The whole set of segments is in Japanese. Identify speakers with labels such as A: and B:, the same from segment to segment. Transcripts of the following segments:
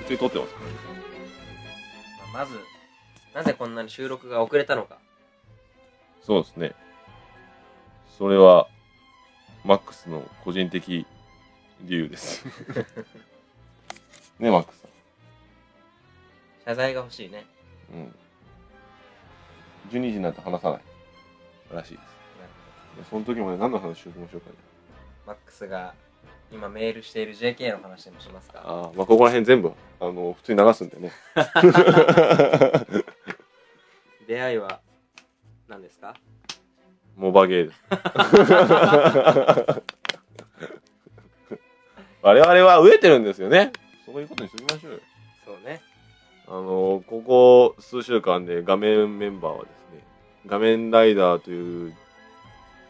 A: 普通に撮ってますか
B: まあまず、なぜこんなに収録が遅れたのか。
A: らそうですねそれはマックスの個人的理由です ねマックスさ
B: 謝罪が欲しいね。
A: んうん12時になると話さないらしいですいやその時もね何の話しようましょうかね
B: マックスが今メールしている JK の話でもしますか。
A: ああまあここら辺全部あの普通に流すんで ね
B: 出会いは何ですか
A: モバゲーです 我々は飢えてるんですよねそういうことにしときましょうよ
B: そうね。
A: あのここ数週間で画面メンバーはですね「画面ライダー」という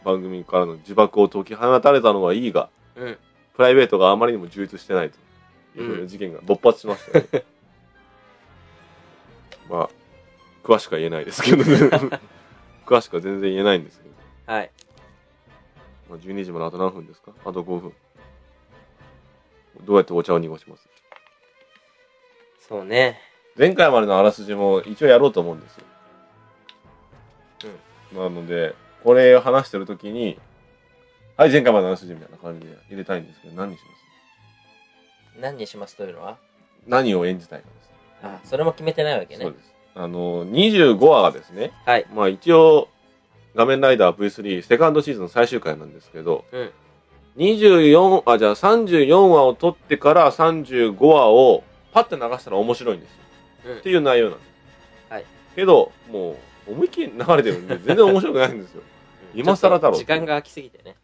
A: 番組からの自爆を解き放たれたのはいいが
B: うん。
A: プライベートがあまりにも充実してないというふうな事件が勃発しましたね、 まあ詳しくは言えないですけどね 詳しくは全然言えないんですけど、
B: はい。
A: まあ、12時まであと何分ですかあと5分どうやってお茶を濁します
B: そうね。
A: 前回までのあらすじも一応やろうと思うんですよ、なのでこれを話してる時にはい前回までのあらすじみたいな感じで入れたいんですけど何にします
B: 何にしますというのは
A: 何を演じたいかですね
B: あ、それも決めてないわけ
A: そ
B: ね
A: う。です。あの、25話がですね、
B: はい。
A: まあ一応、画面ライダー V3 セカンドシーズンの最終回なんですけど、
B: うん。
A: 24、あ、じゃあ34話を撮ってから35話をパッて流したら面白いんですよ。
B: うん
A: っていう内容なんです。
B: はい。
A: けど、もう、思いっきり流れてるんで、全然面白くないんですよ。 今更だろう
B: ちょっと時間が空きすぎてね。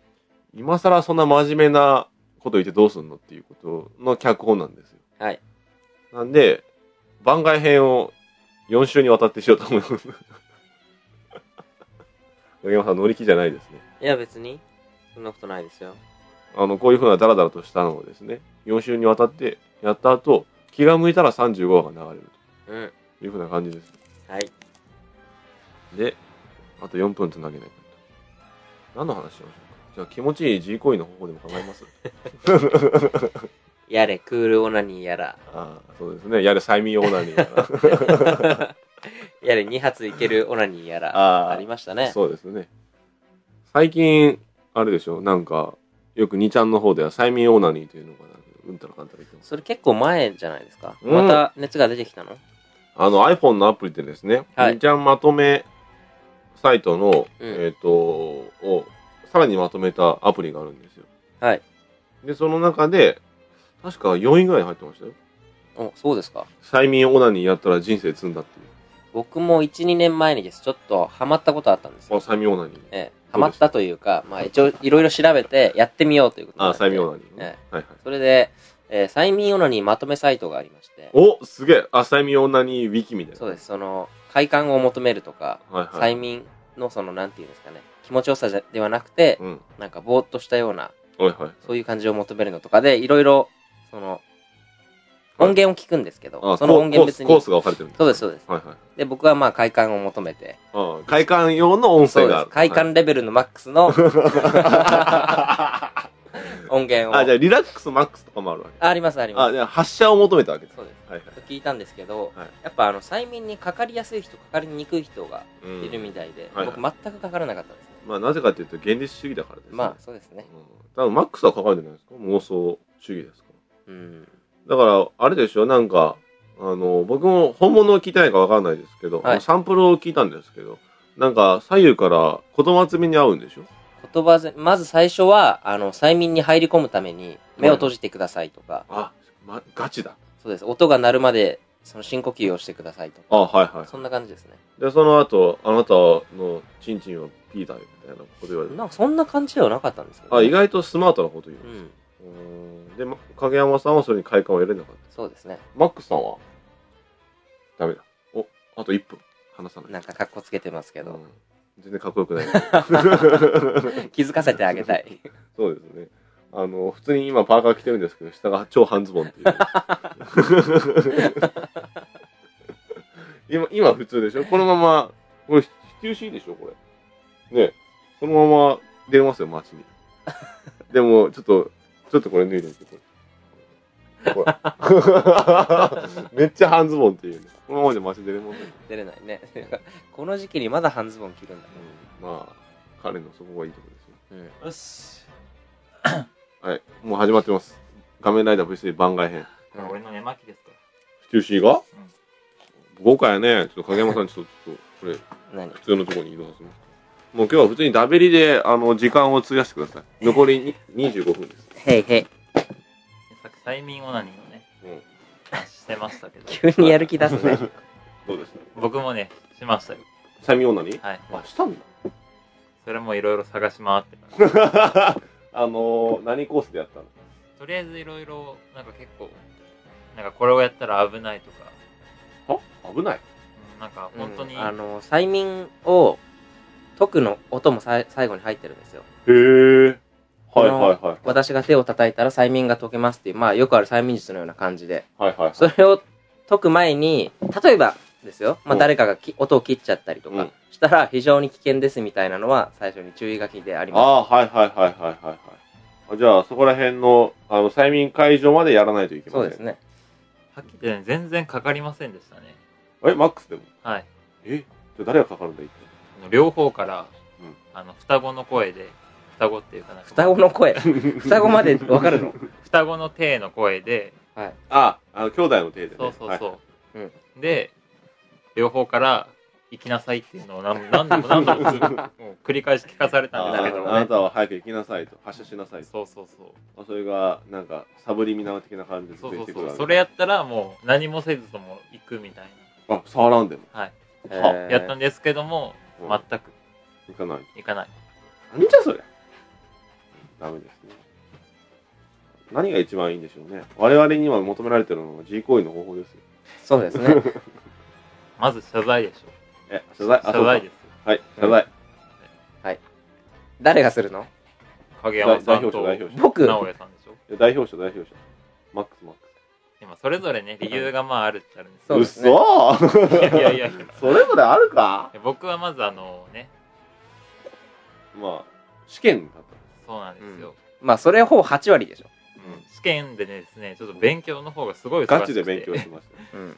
A: 今更そんな真面目なこと言ってどうすんのっていうことの脚本なんですよ。
B: はい。
A: なんで、番外編を4週にわたってしようと思います。 影山さん乗り気じゃないですね。
B: いや、別に。そんなことないですよ。
A: あの、こういうふうなダラダラとしたのをですね、4週にわたってやった後、気が向いたら35話が流れる
B: うん。
A: というふうな感じです。
B: はい。
A: で、あと4分つなげないと。何の話しましょうかじゃあ気持ちいい G 行為の方法でも考えます
B: やれ、クールオナニーやら。
A: ああ、そうですね。やる催眠オーナーに やら。
B: やれ、2発いけるオナニーやら。
A: あー
B: ありましたね。
A: そうですね。最近、あれでしょ、なんか、よく2ちゃんの方では催眠オーナニーというのがなんか、うんたらかんたら言ってます。
B: それ結構前じゃないですか。
A: うん
B: また熱が出てきたの
A: あの iPhone のアプリでですね、
B: はい
A: 2ちゃんまとめサイトの、
B: うん
A: えっ、と、をさらにまとめたアプリがあるんですよ。
B: はい。
A: で、その中で、確か4位ぐらいに入ってましたよ。
B: お、そうですか。
A: 催眠オーナニーやったら人生積んだっていう。
B: 僕も1、2年前にです。ちょっとハマったことあったんです
A: あ、
B: よ。
A: 催眠オーナニー。
B: ええ、ハマったというか、まあ一応いろいろ調べてやってみようということに
A: あ、
B: なって
A: 催眠オーナニー、
B: え
A: はいはい。
B: それで、えー催眠オナニーまとめサイトがありまして、
A: おすげえあ、催眠オーナニーウィキみたいな。
B: そうです。。その、快感を求めるとか、
A: はいはい。
B: 催眠のその、なんていうんですかね、気持ちよさじゃではなくて、
A: うん。
B: なんかぼーっとしたような、
A: はいはい。
B: そういう感じを求めるのとかで、いろいろ、その、
A: はい
B: 音源を聞くんですけ
A: あ
B: ど、その音源別
A: コー
B: に
A: ス。コースが分かれてるんだ
B: そうです、そうです。
A: はいはい
B: で、僕はまあ快感を求めて、
A: ああ快感用の音
B: そ
A: 声
B: うで
A: があ
B: す。
A: る
B: 快感レベルのマックス の
A: は
B: 音源
A: い
B: を。
A: あじゃあリラックスマックスとかもあるわけ
B: ああります、あり
A: あ
B: ます。
A: じゃあ発射を求めたわけです
B: そうです。
A: はいはい
B: 聞いたんですけど、
A: はい
B: やっぱあの、催眠にかかりやすい人、かかりにくい人が
A: う
B: いる
A: ん
B: みたいで、
A: はいはい
B: 僕全くかからなかったんですね。
A: まあなぜかというと現実主義だからですね
B: まあ、そうですね。
A: うん多分マックスはかかるんじゃないですか妄想主義ですか
B: うん。
A: らだからあれでしょなんかあの僕も本物を聞いてないか分からないですけど、
B: はい
A: サンプルを聞いたんですけどなんか左右から子供集めに合うんでしょ
B: 言葉ぜ、まず最初は、あの、催眠に入り込むために、目を閉じてくださいとか、
A: あ、ま、ガチだ
B: そうです。音が鳴るまで、その深呼吸をしてくださいとか、
A: あはいはい
B: そんな感じですね。
A: で、その後、あなたのチンチンはピーだよみたいなこと言われて。
B: なんかそんな感じではなかったんですけど、
A: あ、意。外とスマートなこと言う
B: う。ん。
A: うーんで、ま影山さんはそれに快感を得られなかった。
B: そうですね。
A: マックスさんはダメだ。お、あと1分。話さない。
B: なんか格好つけてますけ
A: う
B: ど、
A: ん全然かっこよく ない。
B: 気づかせてあげたい。
A: そうですね。あの、普通に今パーカー着てるんですけど、下が超半ズボンっていう。 今、今普通でしょこのまま、これ、必要しいでしょこれ。ねそのまま出ますよ、街に。でも、ちょっと、ちょっとこれ脱いでみて、これ。 ほらめっちゃ半ズボンっていうね。このままじゃマシ出れませんね。
B: 出れないね。 この時期にまだ半ズボン着るんだね。
A: うんまあ、彼のそこがいいところですよ。
B: うん。
C: よし。
A: はい。もう始まってます。仮面ライダー V3 番外編。
C: これ俺の寝巻きですか
A: 府中市が豪華やね。ちょっと影山さん、ちょっと、ちょっと、これ、
B: 何
A: 普通のところに移動させます。もう今日は普通にダベリで、あの、時間を費やしてください。残りに25分 です。
B: へいへい。
C: らさっき催眠オナニーをね、
A: うん。
C: してましたけ ど、
B: 急にやる気出すね。
A: どうでし
C: 僕もね、しましたよ。
A: たサミオナに
C: はい。
A: あ、したんだ。
C: それもいろいろ探し回ってた。
A: あのー、何コースでやったの
C: とりあえずいろいろ、なんか結構、なんかこれをやったら危ないとか、
A: あ危ない。
C: うんなんか 本当に、
B: うんあの、催眠を解くの音もさい最後に入ってるんですよ。
A: へえ。はいはい
B: こ
A: はい。
B: 私が手を叩いたら催眠が解けますっていう、まあよくある催眠術のような感じで。
A: はいはいはい。
B: それを解く前に、例えばですよ、
A: う
B: まあ
A: ん
B: 誰かがき音を切っちゃったりと
A: う
B: か
A: ん
B: したら非常に危険ですみたいなのは最初に注意書きでありま
A: ああー、はいはいはいはいはいはいあ。じゃあ、そこら辺の、あの、催眠会場までやらないといけ
B: す。
A: ません
B: そうです。ね。
C: はっきり言ってね、全然かかりませんでしたね。
A: え、マックスでも
C: はい。
A: えじゃあ誰がかかるんだい
C: あの両方から、
A: うん
C: あの、双子の声で、双子っていうかなんか、
B: 双子の声。双子までわか るの
C: 双子の手の声で、
B: はい。
A: あ、あの、兄弟の手で、ね。
C: そうそうそう。
A: はい
B: うん
C: で、両方から、行きなさいっていうのを何何度も何 度もずっともう繰り返し聞かされたん
A: あ
C: ですけ
A: ー
C: ど
A: あな
C: ね。
A: たは早く行きなさいと発射しなさいと
C: そうそうそう。
A: あそれがなんかサブリミナル的な感じで
C: そう
A: 言っ
C: そう
A: て
C: そう。
A: く
C: そ
A: る
C: れやったらもう何もせずとも行くみたい
A: あ触らんでも
C: な。はい。
B: えー
C: やったんですけども、
A: うん
C: 全く
A: 行かない
C: 行かない。
A: なんじゃそりゃダメですね何が一番いいんでしょうね我々には求められてるのは G 行為の方法ですよ
B: そうですね。
C: まず謝罪でしょ。
A: え謝罪あ
C: 謝罪
A: そう
C: ですよ。
A: かはい謝罪
B: 誰がするの
C: 影
A: 代
C: 山
A: 代
C: さん
A: 表者
C: と
A: 代表者
B: 僕。
C: 直哉さんでしょ。
A: いや代表者代表者マックスマック
C: 今それぞれね、理由がまああるっちゃあるんです
A: ス
B: そうですね
A: うっそ
C: けど。いやい
A: ー
C: やいや。
A: それぞれあるか
C: 僕はまずあのね、
A: まあ試験だっ
C: そうなんですよ。
B: まあそれほぼ8割でしょ。
A: うん
C: 試験でねですね、ちょっと勉強の方がすごい
A: た
C: 忙
A: ガチ
C: し
A: で
C: く
A: 勉
C: て
A: 強、してました
B: うん。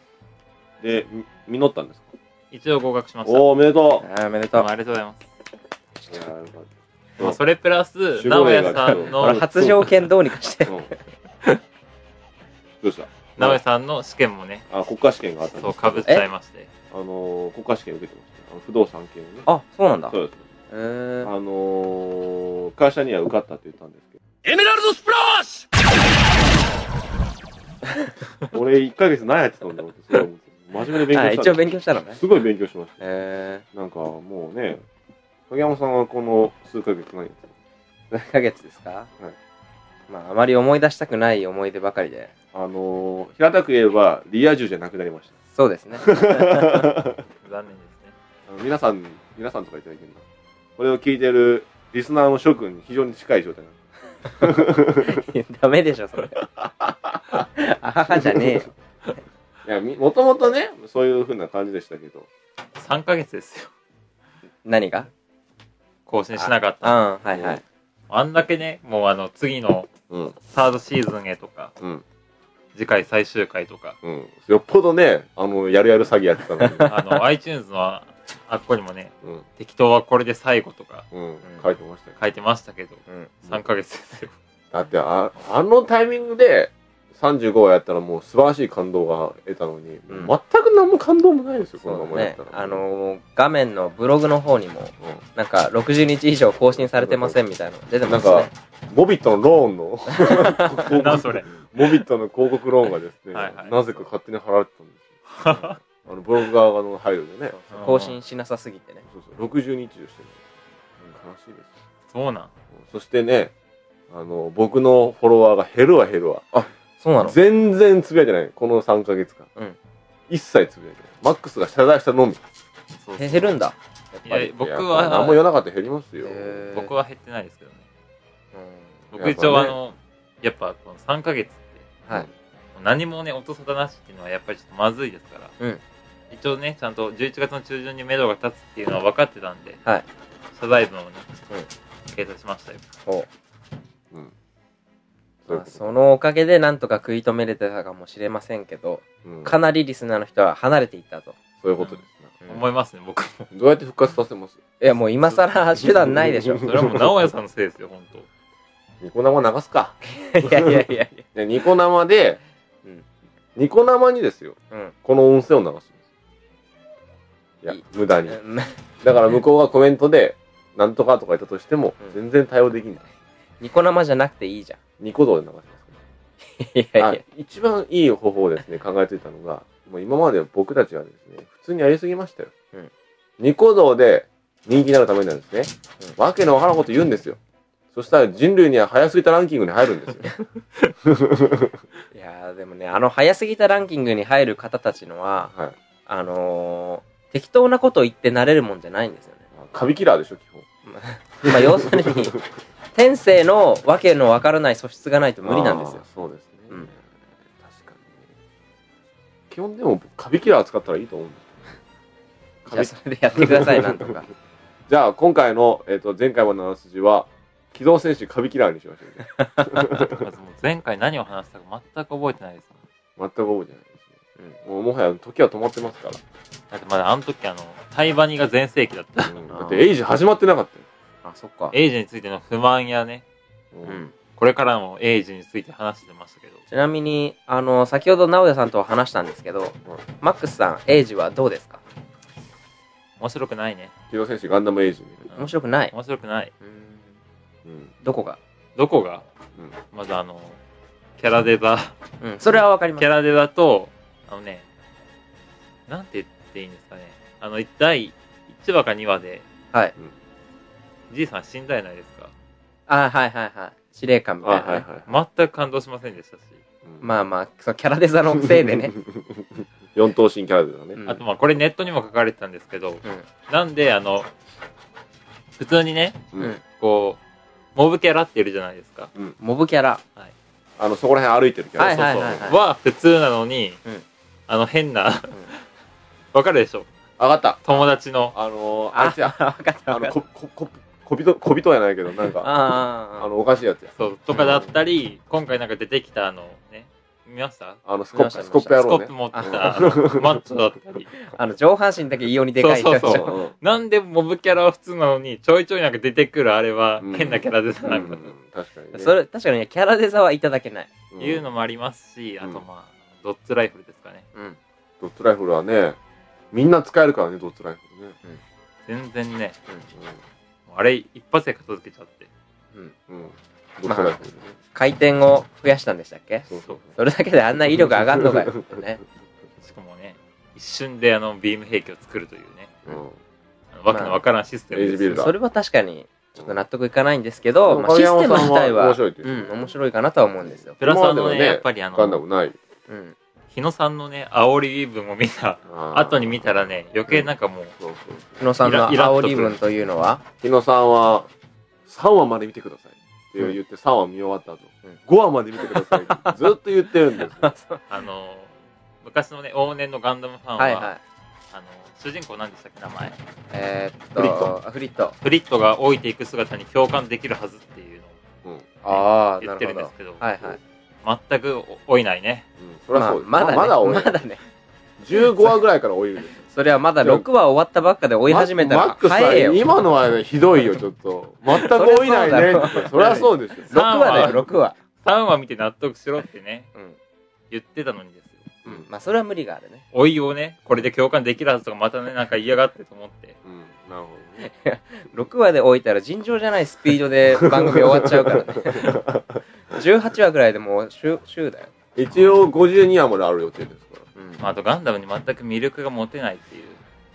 A: でみ実ったんですか
C: 一応合格しました。
A: おおおめでとう
B: あーおめで
C: ど
B: と
C: う
B: う
C: も。ありがとうございます。
A: いやーよかっ
C: まあそれプラス、
A: 守
C: 直
A: 護霊が
C: 哉さん
A: あ
B: これ
C: の、
B: 発情券どうにかして
A: た。うんどうした
C: 直哉さんの試験もね、
A: あ国家試験があったん
C: そ
A: で
C: う、
A: すけ
C: か
A: ど
C: ぶっちゃいまして。
A: あのー国家試験受けてましたあの不動産系のね
B: あ、そうなんだ。
A: そうです
B: え
A: あ
B: ー、
A: のー会社には受かったって言ったんですけ
C: エメラルドスプラッシ
A: ど 俺1ヶ月何やってたんだろうってすごい思って真面目に勉
B: あ
A: 強し
B: 一
A: た
B: 応
A: んで
B: 勉強したのね
A: す。すごい勉強しまし
B: え
A: たなんかもうね影山さんはこの数ヶ月何やって。
B: ー、何ヶ月ですかはいまあ、あまり思い出したくない思い出ばかりで。
A: たあのー平たく言えばリア充じゃなくなりまし
B: そうで すね。
A: た
C: 残念ですね。
A: あの皆さん皆さんとか言ってはいけんなこれを聞いてるリスナーの諸君に非常に近い状態なんです
B: ダメでしょ、 それ。あははじゃねえよ。
A: いやみもともとねそういう風な感じでしたけど
C: 3ヶ月ですよ。
B: 何が
C: 更新しなかっ
B: うん、
C: た。あ
B: はいはい。
C: んだけね、もうあの、次の
A: うん
C: サードシーズンへとか、
A: うん
C: 次回最終回とか、
A: うん。よっぽどね、あの、やるやる詐欺やってたの に。
C: あの、iTunes のああっこにもね、
A: うん。
C: 適当はこれで最後とか
A: うん。書いてましたよ。
C: 書いてましたけど、
B: うん。
C: 3ヶ月ですよ。
A: だって、あ、あのタイミングで、35をやったらもう素晴らしい感動が得たのに、
B: うん
A: 全く何も感動もないですよ、こ
B: そ
A: のま
B: う
A: ま
B: だ
A: やっ
B: ね
A: た。ら。
B: あ、のー、画面のブログの方にも、
A: う
B: なんか、60日以上更新されてませんみたいなの出て
A: ん。
B: ま
A: なん
B: すね
A: か。、モビットのローンの、広
C: な
A: 告
C: んそれ。
A: モビットの広告ローンがですね、
C: はいはい
A: なぜか勝手に払われてたんですよ。あの、ブログ側の配慮でね
B: そう。そう 更新しなさすぎてね。
A: そうそう、60日をしてね。悲しいですよ。
C: そうなん。
A: そしてね、あの、僕のフォロワーが減るわ減るわ。
B: そうなの
A: 全然つぶやいてない。この3ヶ月間。
B: うん
A: 一切つぶやいてない。マックスが謝罪したのみ。
C: そうそう
B: へ減るんだ。やっ
C: い
B: ぱ
C: や
B: り。
C: 僕
A: いや何も言
C: は、
A: わなかったら減りますよ。
B: へー
C: 僕は減ってないですけどね。
B: うん
C: 僕一応
A: や
C: あ
A: っぱね
C: の、やっぱこの3ヶ月って、
B: はい。
C: 何もね、音沙汰なしっていうのはやっぱりちょっとまずいですから、
B: うん
C: 一応ね、ちゃんと11月の中旬に目処が立つっていうのは分かってたんで、
B: はい
C: 謝罪文をね、
B: うん
C: 掲載しましたよ。
B: お
A: うん。そうい
B: ま
A: う
B: あ
A: こと
B: そのおかげでなんとか食い止めれてたかもしれませんけど、
A: うん
B: かなりリスナーの人は離れていったと。
A: そういうことです
B: うん
C: 思いますね、僕も。
A: な。どうやって復活させます
B: いや、もう今更手段 ないでしょ。
C: それはもう、直哉さんのせいですよ、本当。
A: ニコ生流す か。
B: いやいやいやいや。
A: でニコ生で、
B: うん
A: ニコ生にですよ、
B: うん。
A: この音声を流します。いや
B: いい、
A: 無駄に。
B: うん
A: だから向こうがコメントで、なんとかとか言ったとしても
B: う、ん
A: 全然対応できない。
B: ニコ生じゃなくていいじゃん。
A: ニコ動で流します。
B: いやい
A: あ
B: や。
A: 一番いい方法をですね、考えついたのが、もう今まで僕たちはですね、普通にやりすぎましたよ。
B: うん
A: ニコ動で人気になるためになんですね、わけのわからんこと言うんですよ。そしたら人類には早すぎたランキングに入るんです よ。
B: いやーでもね、あの早すぎたランキングに入る方たちのは、
A: はい。
B: あのー、適当なこと言ってなれるもんじゃないんですよね。
A: カビキラーでしょ、基本。
B: まあ要するに、天性のわけのわからない素質がないと無理なんですよ
A: あー。そうですね。
B: うん
A: 確かにね。基本でもカビキラー使ったらいいと思うんです
B: じゃあそれでやってください、なんとか。
A: じゃあ今回の、えっと前回までの話筋は機動戦士カビキラーにしましょうね。
C: まずもう前回何を話したか全く覚えてないですもん。
A: 全く覚えてないですね、もうもはや時は止まってますから、
C: だってまだあの時、あの、タイバニが全盛期だった。
A: だってエイジ始まってなかったよ、
B: あ、そっか。
C: エイジについての不満やね、
A: う
B: うんん。
C: これからもエイジについて話してましたけど。
B: ちなみに、あの、先ほど直哉さんと話したんですけど、マックスさん、エイジはどうですか
C: 面白くないね。
A: 機動戦士ガンダムエイジね、
C: うん
B: 面白くない。
C: 面白くない。
B: うん
A: うん
B: どこが
C: どこが
A: うん
C: まずあの、キャラデザ、
B: うん。それはわかりま
C: キ
B: す
C: ャ。ラデザと、あのね、なんて言っていいんですかね。あの、第1話か2話で、
B: はい。
C: じいさん死んだじゃないですか。
B: あ、はいはいはい。司令官み
A: あ
B: たいな、ね。
A: はいはい、
C: 全く感動しませんでしたし。
A: うん
B: まあまあ、そのキャラデザのせいでね。
A: 四頭身キャラでだね、
B: うん
C: あとまあ、これネットにも書かれてたんですけど、なんで、あの、普通にね、
B: うん。うん。
C: こう、モブキャラっているじゃないですか。
B: モブキャラ。
A: あのそこら辺歩いてるキャラ、
B: はい
C: そう
B: はい
C: そう
B: はいはい
C: は普通なのに、
B: うん
C: あの変な、わかるでしょ
A: 上がった
C: 友達の、
A: あのー、あいつや
B: わかった
A: あの
B: わかった。
A: こここ小人小人やないけどなんか
B: あ
A: あ
B: あああ。
A: のおかしいやつや
C: そう、とかだったり、今回なんか出てきたあの、ね、見ました
A: あのスコッ
B: 見ました
A: プスコップ野
C: スコ
A: 郎
C: ッ
A: ね
C: プ持って
A: あ
C: た、あのマッチョだったり。
B: あの、上半身だけ異様にでかい人でしょ。
C: そうそう
A: うん
C: なんでモブキャラは普通なのに、ちょいちょいなんか出てくるあれは
A: うん
C: 変なキャラです
A: う
C: な、みたいな。
A: ん確かにね
B: それ、確かにね、キャラデザはいただけない。
A: うん
C: いうのもありますし、あ
A: うん
C: とまあ、ドッツライフルですかね。
B: うん。
A: ドットライフルはねみんな使えるからねドットライフルね、
C: 全然ね、もうあれ一発で片付けちゃって。
A: うんうん、ドットライフルね、
B: 回転を増やしたんでしたっけ
A: そうそう
B: それだけであんな威力上がんのか よってね。
C: しかもね、一瞬であの、ビーム兵器を作るというね、
A: うん
C: あのわけのわからんシステムですよ。
A: エイジビルダー
B: それは確かに、ちょっと納得いかないんですけ
A: う
B: ど、
A: ん
B: まあ、システム自体は、
A: 面白いっていうう。
B: ん、面白いかなとは思うんですよ。
C: プラスあ
A: 今ま
C: の
A: で
C: ね
A: はね
C: やっぱりあ
A: ガンダ
C: の
A: ムない。
B: うん。
C: 日野さんのね煽り分を見た後に見たらね余計なんかもう
A: そうそう。
B: 日野さんの
C: イライラっ
B: 煽
C: とく
B: り
C: る
B: 文というのは、
A: 日野さんは、3話まで見てください。って言って、3話見終わった後
B: うん、
A: 5話まで見てくださいって。ずっと言ってるんです よ。
C: あの昔のね往年のガンダムファンは、
B: はいはい。
C: あの主人公なんでしたっけ名前
B: えーっ
A: フリッ
B: と、あフリット。
C: フリットが老いていく姿に共感できるはずっていうのを
A: うん。うん。
B: ああ、
C: 言
B: な
C: って
B: る
C: る
B: ほ
C: んです
B: ど。
C: けど
B: はいはい。
C: 全く老いないね
A: そりゃそうです。
B: まあまだね、
A: まだ多い
B: ま。だね。
A: 15話ぐらいから追いるんですよ。
B: それはまだ6話終わったばっかで追い始めた
A: マッ
B: ら、
A: クス
B: 早
A: さ
B: えよ。
A: ん、 今のはねひどいよ、ちょっと。全く追いないねって。そ
B: そ
A: り
B: り
A: ゃ
B: ゃ
A: そうですよ。
B: 6話だよ、6話。
C: 3話見て納得しろってね
B: うん。
C: 言ってたのにですよ
A: うん
B: まあ、それは無理があるね。
C: 老いをねこれで共感できるはずとかまたねなんか嫌がってと思って
A: うん。なるほどね。
B: 6話で置いたら尋常じゃないスピー ドで番組終わっちゃうからね18話ぐらいでもう週週だよ、
A: 一応52話まである予定ですから。
C: まああとガンダムに全く魅力が持てないっていう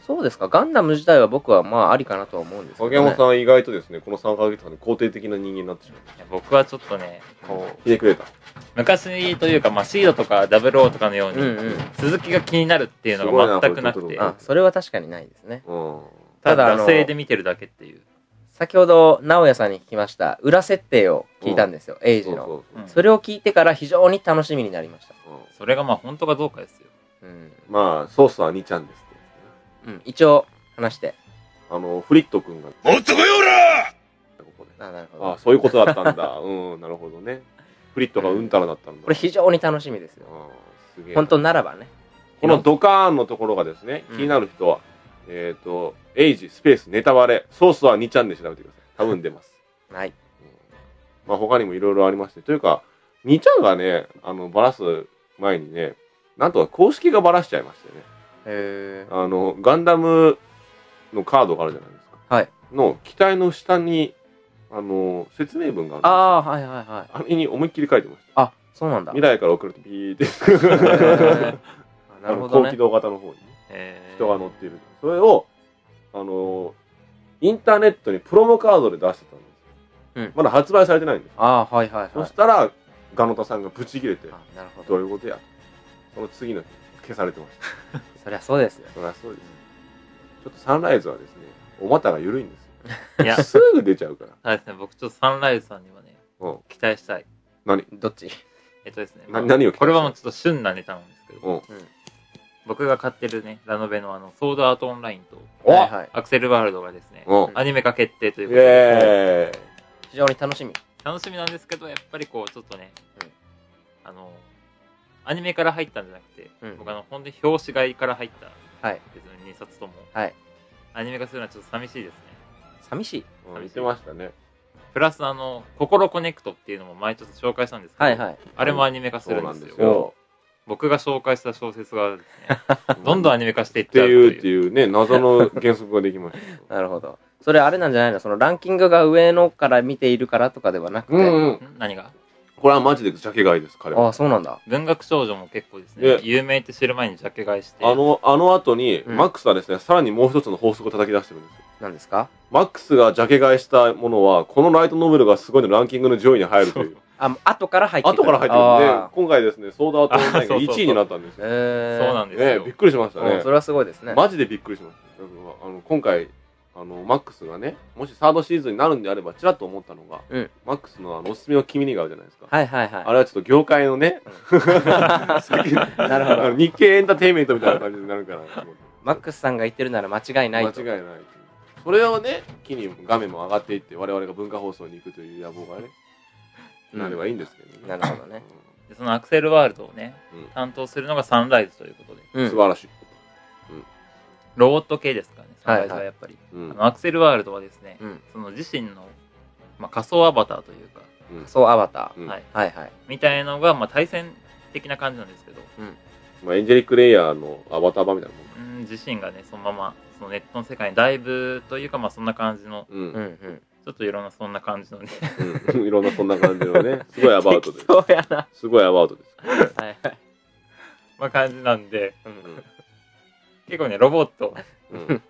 B: そうですかガンダム自体は僕はまあありかなとは思うんですけど、
A: 影
B: ね、
A: 山さん意外とですね、この3ヶ月間で肯定的な人間になってしまっ
C: いや僕はちょっとね
A: た。ひねくれた。
C: 昔というか、まあ、シードとか00とかのように、
B: うんうん
C: 鈴木が気になるっていうのが全くな
A: す
C: く
A: ごい
C: て
A: なこ
B: あそれは確かにないですね
A: うん。
C: た
B: ただ
C: だ
B: あの
C: 惰性で見てるだけっていう
B: 先ほど直哉さんに聞きました裏設定を聞いたんですよ、エイジのそ
A: そうそう
C: うん
B: れを聞いてから非常に楽しみになりました
A: そううん
C: それがまあ本当かどうかですよ
B: うん、
A: まあ、ソースは2ちゃんですってや
B: うん、一応話して
A: つね。あの、フリット君が、
D: もっと来いよら
A: ここで。
B: あなるほど
A: あそういうことだったんだ。うん、なるほどね。フリットがうんたらだったんだ。
B: これ非常に楽しみですよ
A: あーすげえ
B: 本当ならばね
A: このドカーンのところがですね、
B: うん
A: 気になる人は、えっ、と、エイジ、スペース、ネタバレ、ソースは2ちゃんで調べてください。多分出 ます。
B: はい
A: まあ他にもいろいろありまして、というか、2ちゃんがね、あの、ばらす前にね、なんとか公式がばらしちゃいましてね、
B: へー
A: あの、ガンダムのカードがあるじゃないですか。
B: はい
A: の機体の下に、あの、説明文があるんです
B: あ
A: よ
B: あはいはいはい
A: あれに思いっきり書いてました。
B: あそうなんだ
A: 未来から送るとピー って、
B: へーあな
A: あ
B: る
A: の
B: ほど
A: 高機
B: ね
A: 動型の方にね。
C: えー
A: 人が乗っている。それを、あのーインターネットにプロモカードで出してたんですよ。
B: うん
A: まだ発売されてないんです。
B: ああはいはいはい
A: そしたら、ガノタさんがブチ切れて、
B: あなるほ
A: どう
B: ど
A: いうことやと。その次の日、消されてました。
B: そりゃそうですよ
A: そりゃそうです。ちょっとサンライズはですね、お股が緩いんですよ。
C: いや、
A: すぐ出ちゃうから。
C: そうですね、僕ちょっとサンライズさんにはね、
A: うん。
C: 期待したい。
B: どっち
C: えっとですね、
A: な何を期待したい
C: これはもうちょっと旬なネタなんですけど、
A: うん。
C: 僕が買ってるね、ラノベのあの、ソードアートオンラインと、
A: お
B: はいはい
C: アクセルワールドがですね、
A: うん。
C: アニメ化決定という
A: イ
C: ことで、
A: ェーイ。
B: 非常に楽しみ
C: 楽しみなんですけど、やっぱりこう、ちょっとね、
B: うん
C: あの、アニメから入ったんじゃなくて、
B: うん
C: 僕あの、本当に表紙買いから入ったん
B: はい
C: ですよね、2冊とも。
B: はい
C: アニメ化するのはちょっと寂しいですね。
B: 寂しい
A: うん見てましたね。
C: プラスあの、心コネクトっていうのも前ちょっと紹介したんですけど、
B: はいはい
C: あれもアニメ化す
A: そう
C: る
A: なんん
C: で
A: ですす
C: よ。
A: よ。
C: 僕が紹介した小説がです ね、どんどんア
A: っ
C: ニメ化していっち
A: て
C: ゃうと
A: いう、
C: いう。
A: っていうね、謎の原則ができました よ。
B: なるほどそれあれなんじゃないのそのランキングが上のから見ているからとかではなく
A: うんう
B: て
A: ん。
C: ん何が
A: これはマジでジャケ買いです、彼は。
B: ああそうなんだ
C: 文学少女も結構です
A: え
C: ね、有名って知る前にジャケ買いして、
A: あの、あの後に、
B: うん
A: マックスはですね、さらにもう一つの法則を叩き出してるんですよ。
B: なんですか
A: マックスがジャケ買いしたものは、このライトノベルがすごいのランキングの上位に入るという。
B: あ後から入ってく
A: 後
B: る
A: から入ってるんで
B: あ、
A: 今回ですね、ソードアートオンラインが
C: あそうそうそう
A: 1位になったんです
B: ー
A: よ。
B: へえ
C: そうなんんです
A: ね
C: よ。
A: びっくりしましたね
B: そ。れはすごいですね
A: マジでびっくりしました。あの今回、あの、マックスがね、もしサードシーズンになるんであれば、ちらっと思ったのが、
B: うん
A: マックスのあの、おすすめの君にがあるじゃないですか。
B: はいはいはい
A: あれはちょっと業界のね、さっきの
B: なるほど
A: あの日経エンターテインメントみたいな感じになるから。
B: マックスさんが言ってるなら間違いないと
A: 間違いないそれをね機に画面も上がっていって我々が文化放送に行くという野望がね、
B: うん
A: なればいいんですけどね
B: なるほどね、
C: でそのアクセルワールドをね、
A: うん
C: 担当するのがサンライズということで、
B: う
A: うんん素晴らしい、
C: ロボット系ですからね、サンライ
B: は
C: ズ
B: いは
C: はいやっぱり。
A: うん
C: あのアクセルワールドはですね、
B: うん
C: その自身の、まあ、仮想アバターというか、
A: うん
B: そうアバター、
A: うん
C: はい、
B: はいはい
C: みたいなのが、まあ、対戦的な感じなんですけど、
A: まあ、エンジェリック・レイヤーのアバター版みたいなもんか
C: うん自身がね、そのままそのネットの世界にだいぶというか、まあ、そんな感じの、
A: うん
B: うんうん
C: ちょっといろんなそんな感じのね、
A: うん いろんなそんな感じのねすごいアバウトで
B: そうやな
A: すごいアバウトです、
B: はいはい、
C: まあ、感じなんで、
A: うん
C: 結構ね、ロボット、
A: うんうん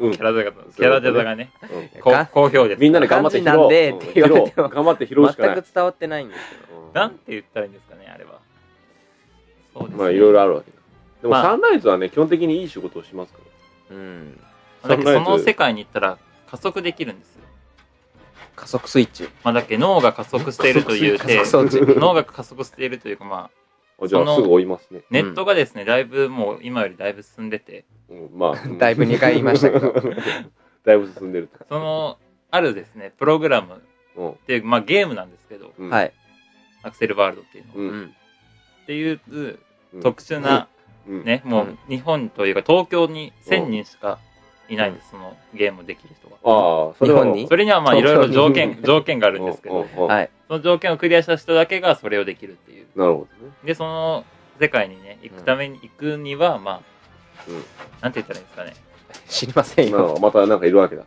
C: キャラデザがキャラデザがね、
A: うん
C: こ
B: が
C: 好評です。
A: みんなで頑張って拾
B: 感
A: おう
B: じなんで
A: うん
B: って言われても
A: 拾おう頑張って拾う
B: 全
A: しかない
B: く伝わってないんですけど
A: うん
C: なんて言ったらいいんですかね、あれは。そうですね。
A: まあいろいろあるわけだでも、
C: まあ
A: サンライズはね基本的にいい仕事をしますから
B: うん
C: だけど
A: サ
C: そ
A: ンライズ
C: の世界に行ったら加速できるんですよ。
B: 加速スイッチ
C: まあ、だっけ脳が加速しているという
B: 加
C: て
B: 速、装置
C: 脳が加速しているというか、まあ、
A: あじゃ
C: その
A: あすぐ追いますね、
C: ネットがですね、だいぶもう今よりだいぶ進んでて、
A: うん、まあ
B: だいぶ2回言いましたけ ど
A: だいぶ進んでると
C: その、あるですね、プログラムっていう、まあゲームなんですけど、
A: うん
B: はい、
C: アクセルワールドっていうの。
A: う
B: うんん、
C: っていう、
A: うん
C: 特殊な、
A: うん
C: ね、も
B: うん
C: う日本というか東京に1000人しかいないんです、そのゲームできる人が。
A: ああそれは
B: 日本に
C: それにはまあいろいろ条件
A: う、ん
C: 条件があ
A: あ
C: るんですけど、
A: な
B: は
A: る
B: い
C: その条件をクリアした人だけがそれをできるっていう。
A: ほどね
C: で、その世界にね、行くために、行くには、まあ、
A: うん
C: なんて言ったらいいんですかね。
B: 知りません
A: 今の
B: よ
A: はまたなんかいるわけだ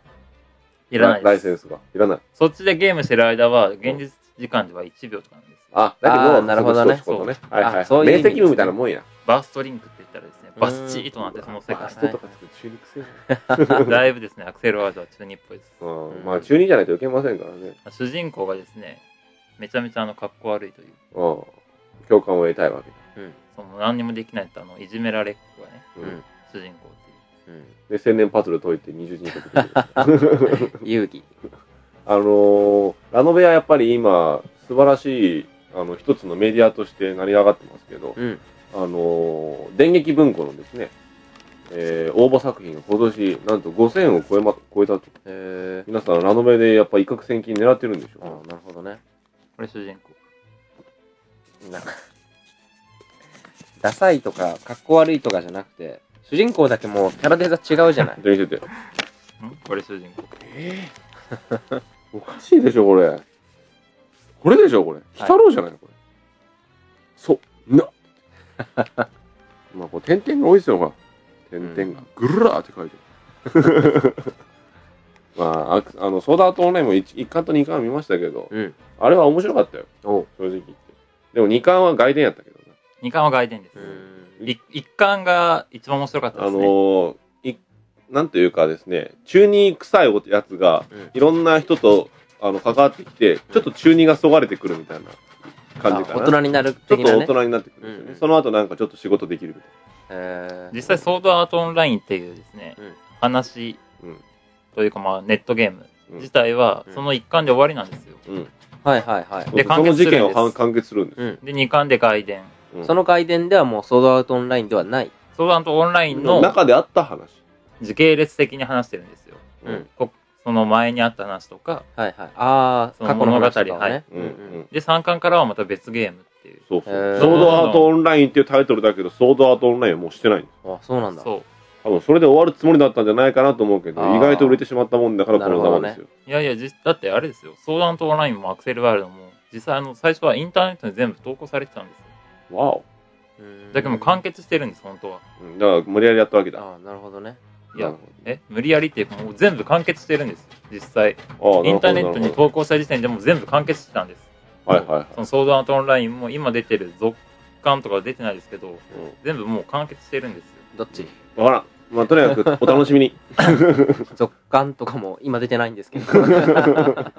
C: いらない
A: ラ
C: で
A: イセ
C: す。
A: ンスがいらない
C: そっちでゲームしてる間は、現実時間では1秒とかなんですよ。
A: あだけど
B: あーなるほどね
A: そういうことねはいは
B: あ
A: い
B: そういう意
A: 面
B: 味です
A: 積部みたいなもんや
C: バーストリンクって言ったらですね、バスチーとなってその世
A: バ
C: 界
A: ス
B: う
A: ト
B: ん
A: とか作る中二くせえ
C: だいぶですね、アクセルワールドは中二っぽいです。
A: なう
B: うん
A: んまあ中二じゃないといけませんからね
C: 主人公がですね、めちゃめちゃあの、格好悪いという、
A: うん共感を得たいわけだ
C: その何にもできないってあの、いじめられっ子がね、
A: う
B: うん
A: ん
C: 主人公っていう。
B: うん
A: で千年パズル解いて二重人格出てくる
B: 遊 戯
A: あのーラノベはやっぱり今素晴らしいあの一つのメディアとして成り上がってますけど
B: うん
A: あのー電撃文庫のですね、えー応募作品が今年、なんと5000を超えま、超えたと。
B: へえ
A: 皆さん、ラノベでやっぱ一攫千金狙ってるんでし
B: あ
A: ょ
B: あなるほどね
C: これ主人公。
B: なんかダサいとか、かっこ悪いとかじゃなくて、主人公だけもうキャラデザ違うじゃない。
A: じゃあ見せて。
C: これ主人公。
A: おかしいでしょ、これ。これでしょ、これ。鬼太郎じゃないの、これ。そう、な。 まあ、こう、点々が多いですよ、ほら。点々が。ぐるらーって書いてある。まあ、あくあの、ソーダアートオンラインも 1, 巻と2巻は見ましたけど、
B: うん。
A: あれは面白かったよ、
B: お
A: 正直言って。でも2巻は外伝やったけどな。
C: 二巻は外伝です。
A: ん
C: い一巻が一番面白かった
A: あ
C: ですね。
A: のーい、なんというかですね、中二臭いやつが、
B: うん
A: いろんな人と、あの、関わってきて、ちょっと中二がそがれてくるみたいな感じかな。
B: あ大人になる
A: ちょっ
B: 的な
A: と大
B: ね。
A: 人になってくるんですよね、
B: うん
A: その後なんかちょっと仕事できるみたい
B: えー
C: 実際、ソードアートオンラインっていうですね、
B: うん
C: 話
A: うん
C: というか、まあ、ネットゲーム
A: うん
C: 自体は
B: うん、
C: その一巻で終わりなんですよ。
A: な、うん、
B: はいはいはい。
A: そうそうそ
C: 完
A: の
C: 結
A: 事
C: するんです
A: 件を完完結するんです、
B: うん。
C: で、二巻で外伝。
A: うん
B: その外伝ではもうソードアウトオンラインではない。
C: ソードアートオンライン
A: の
C: の
A: 中であった話、
C: 時系列的に話してるんですよ。
B: うん
C: こその前にあった話とか、
B: はいはい。ああ、
C: その
B: 過去の話とかをね。
A: うんうん
C: で、三巻からはまた別ゲームっていう。
A: そうそう、
B: へー
A: ソードアートオンラインっていうタイトルだけどソードアートオンラインはもうしてないんです
B: あ、そうなんだ。
C: そ
A: 多分それで終わるつもりだったんじゃないかなと思うけど
B: あー
A: 意外と売れてしまったもんだからこのざまですよ、
C: う。いやいや、じだってあれですよ。ソードアートオンラインもアクセルワールドも、実際あの、最初はインターネットに全部投稿されてたんですよ。
A: わお、
B: うん
C: だけどもう完結してるんです、本当は。
A: うん、だから無理やりやったわけだ
B: ああ、なるほどね。
C: いや
A: なるほど
C: え無理やりっていうかもう全部完結してるんです実
A: あ
C: 際
A: あなるほど
C: インターネット
A: な
C: に
A: るほ
C: 投稿した時点でもう全部完結してたんです
A: どはいはいはい、
C: そのソードアートオンラインも今出てる続刊とかは出てないですけど全部もう完結してるんですよ
B: どっち
A: うん、わからんまあとにかくお楽しみに
B: 続刊とかも今出てないんですけど。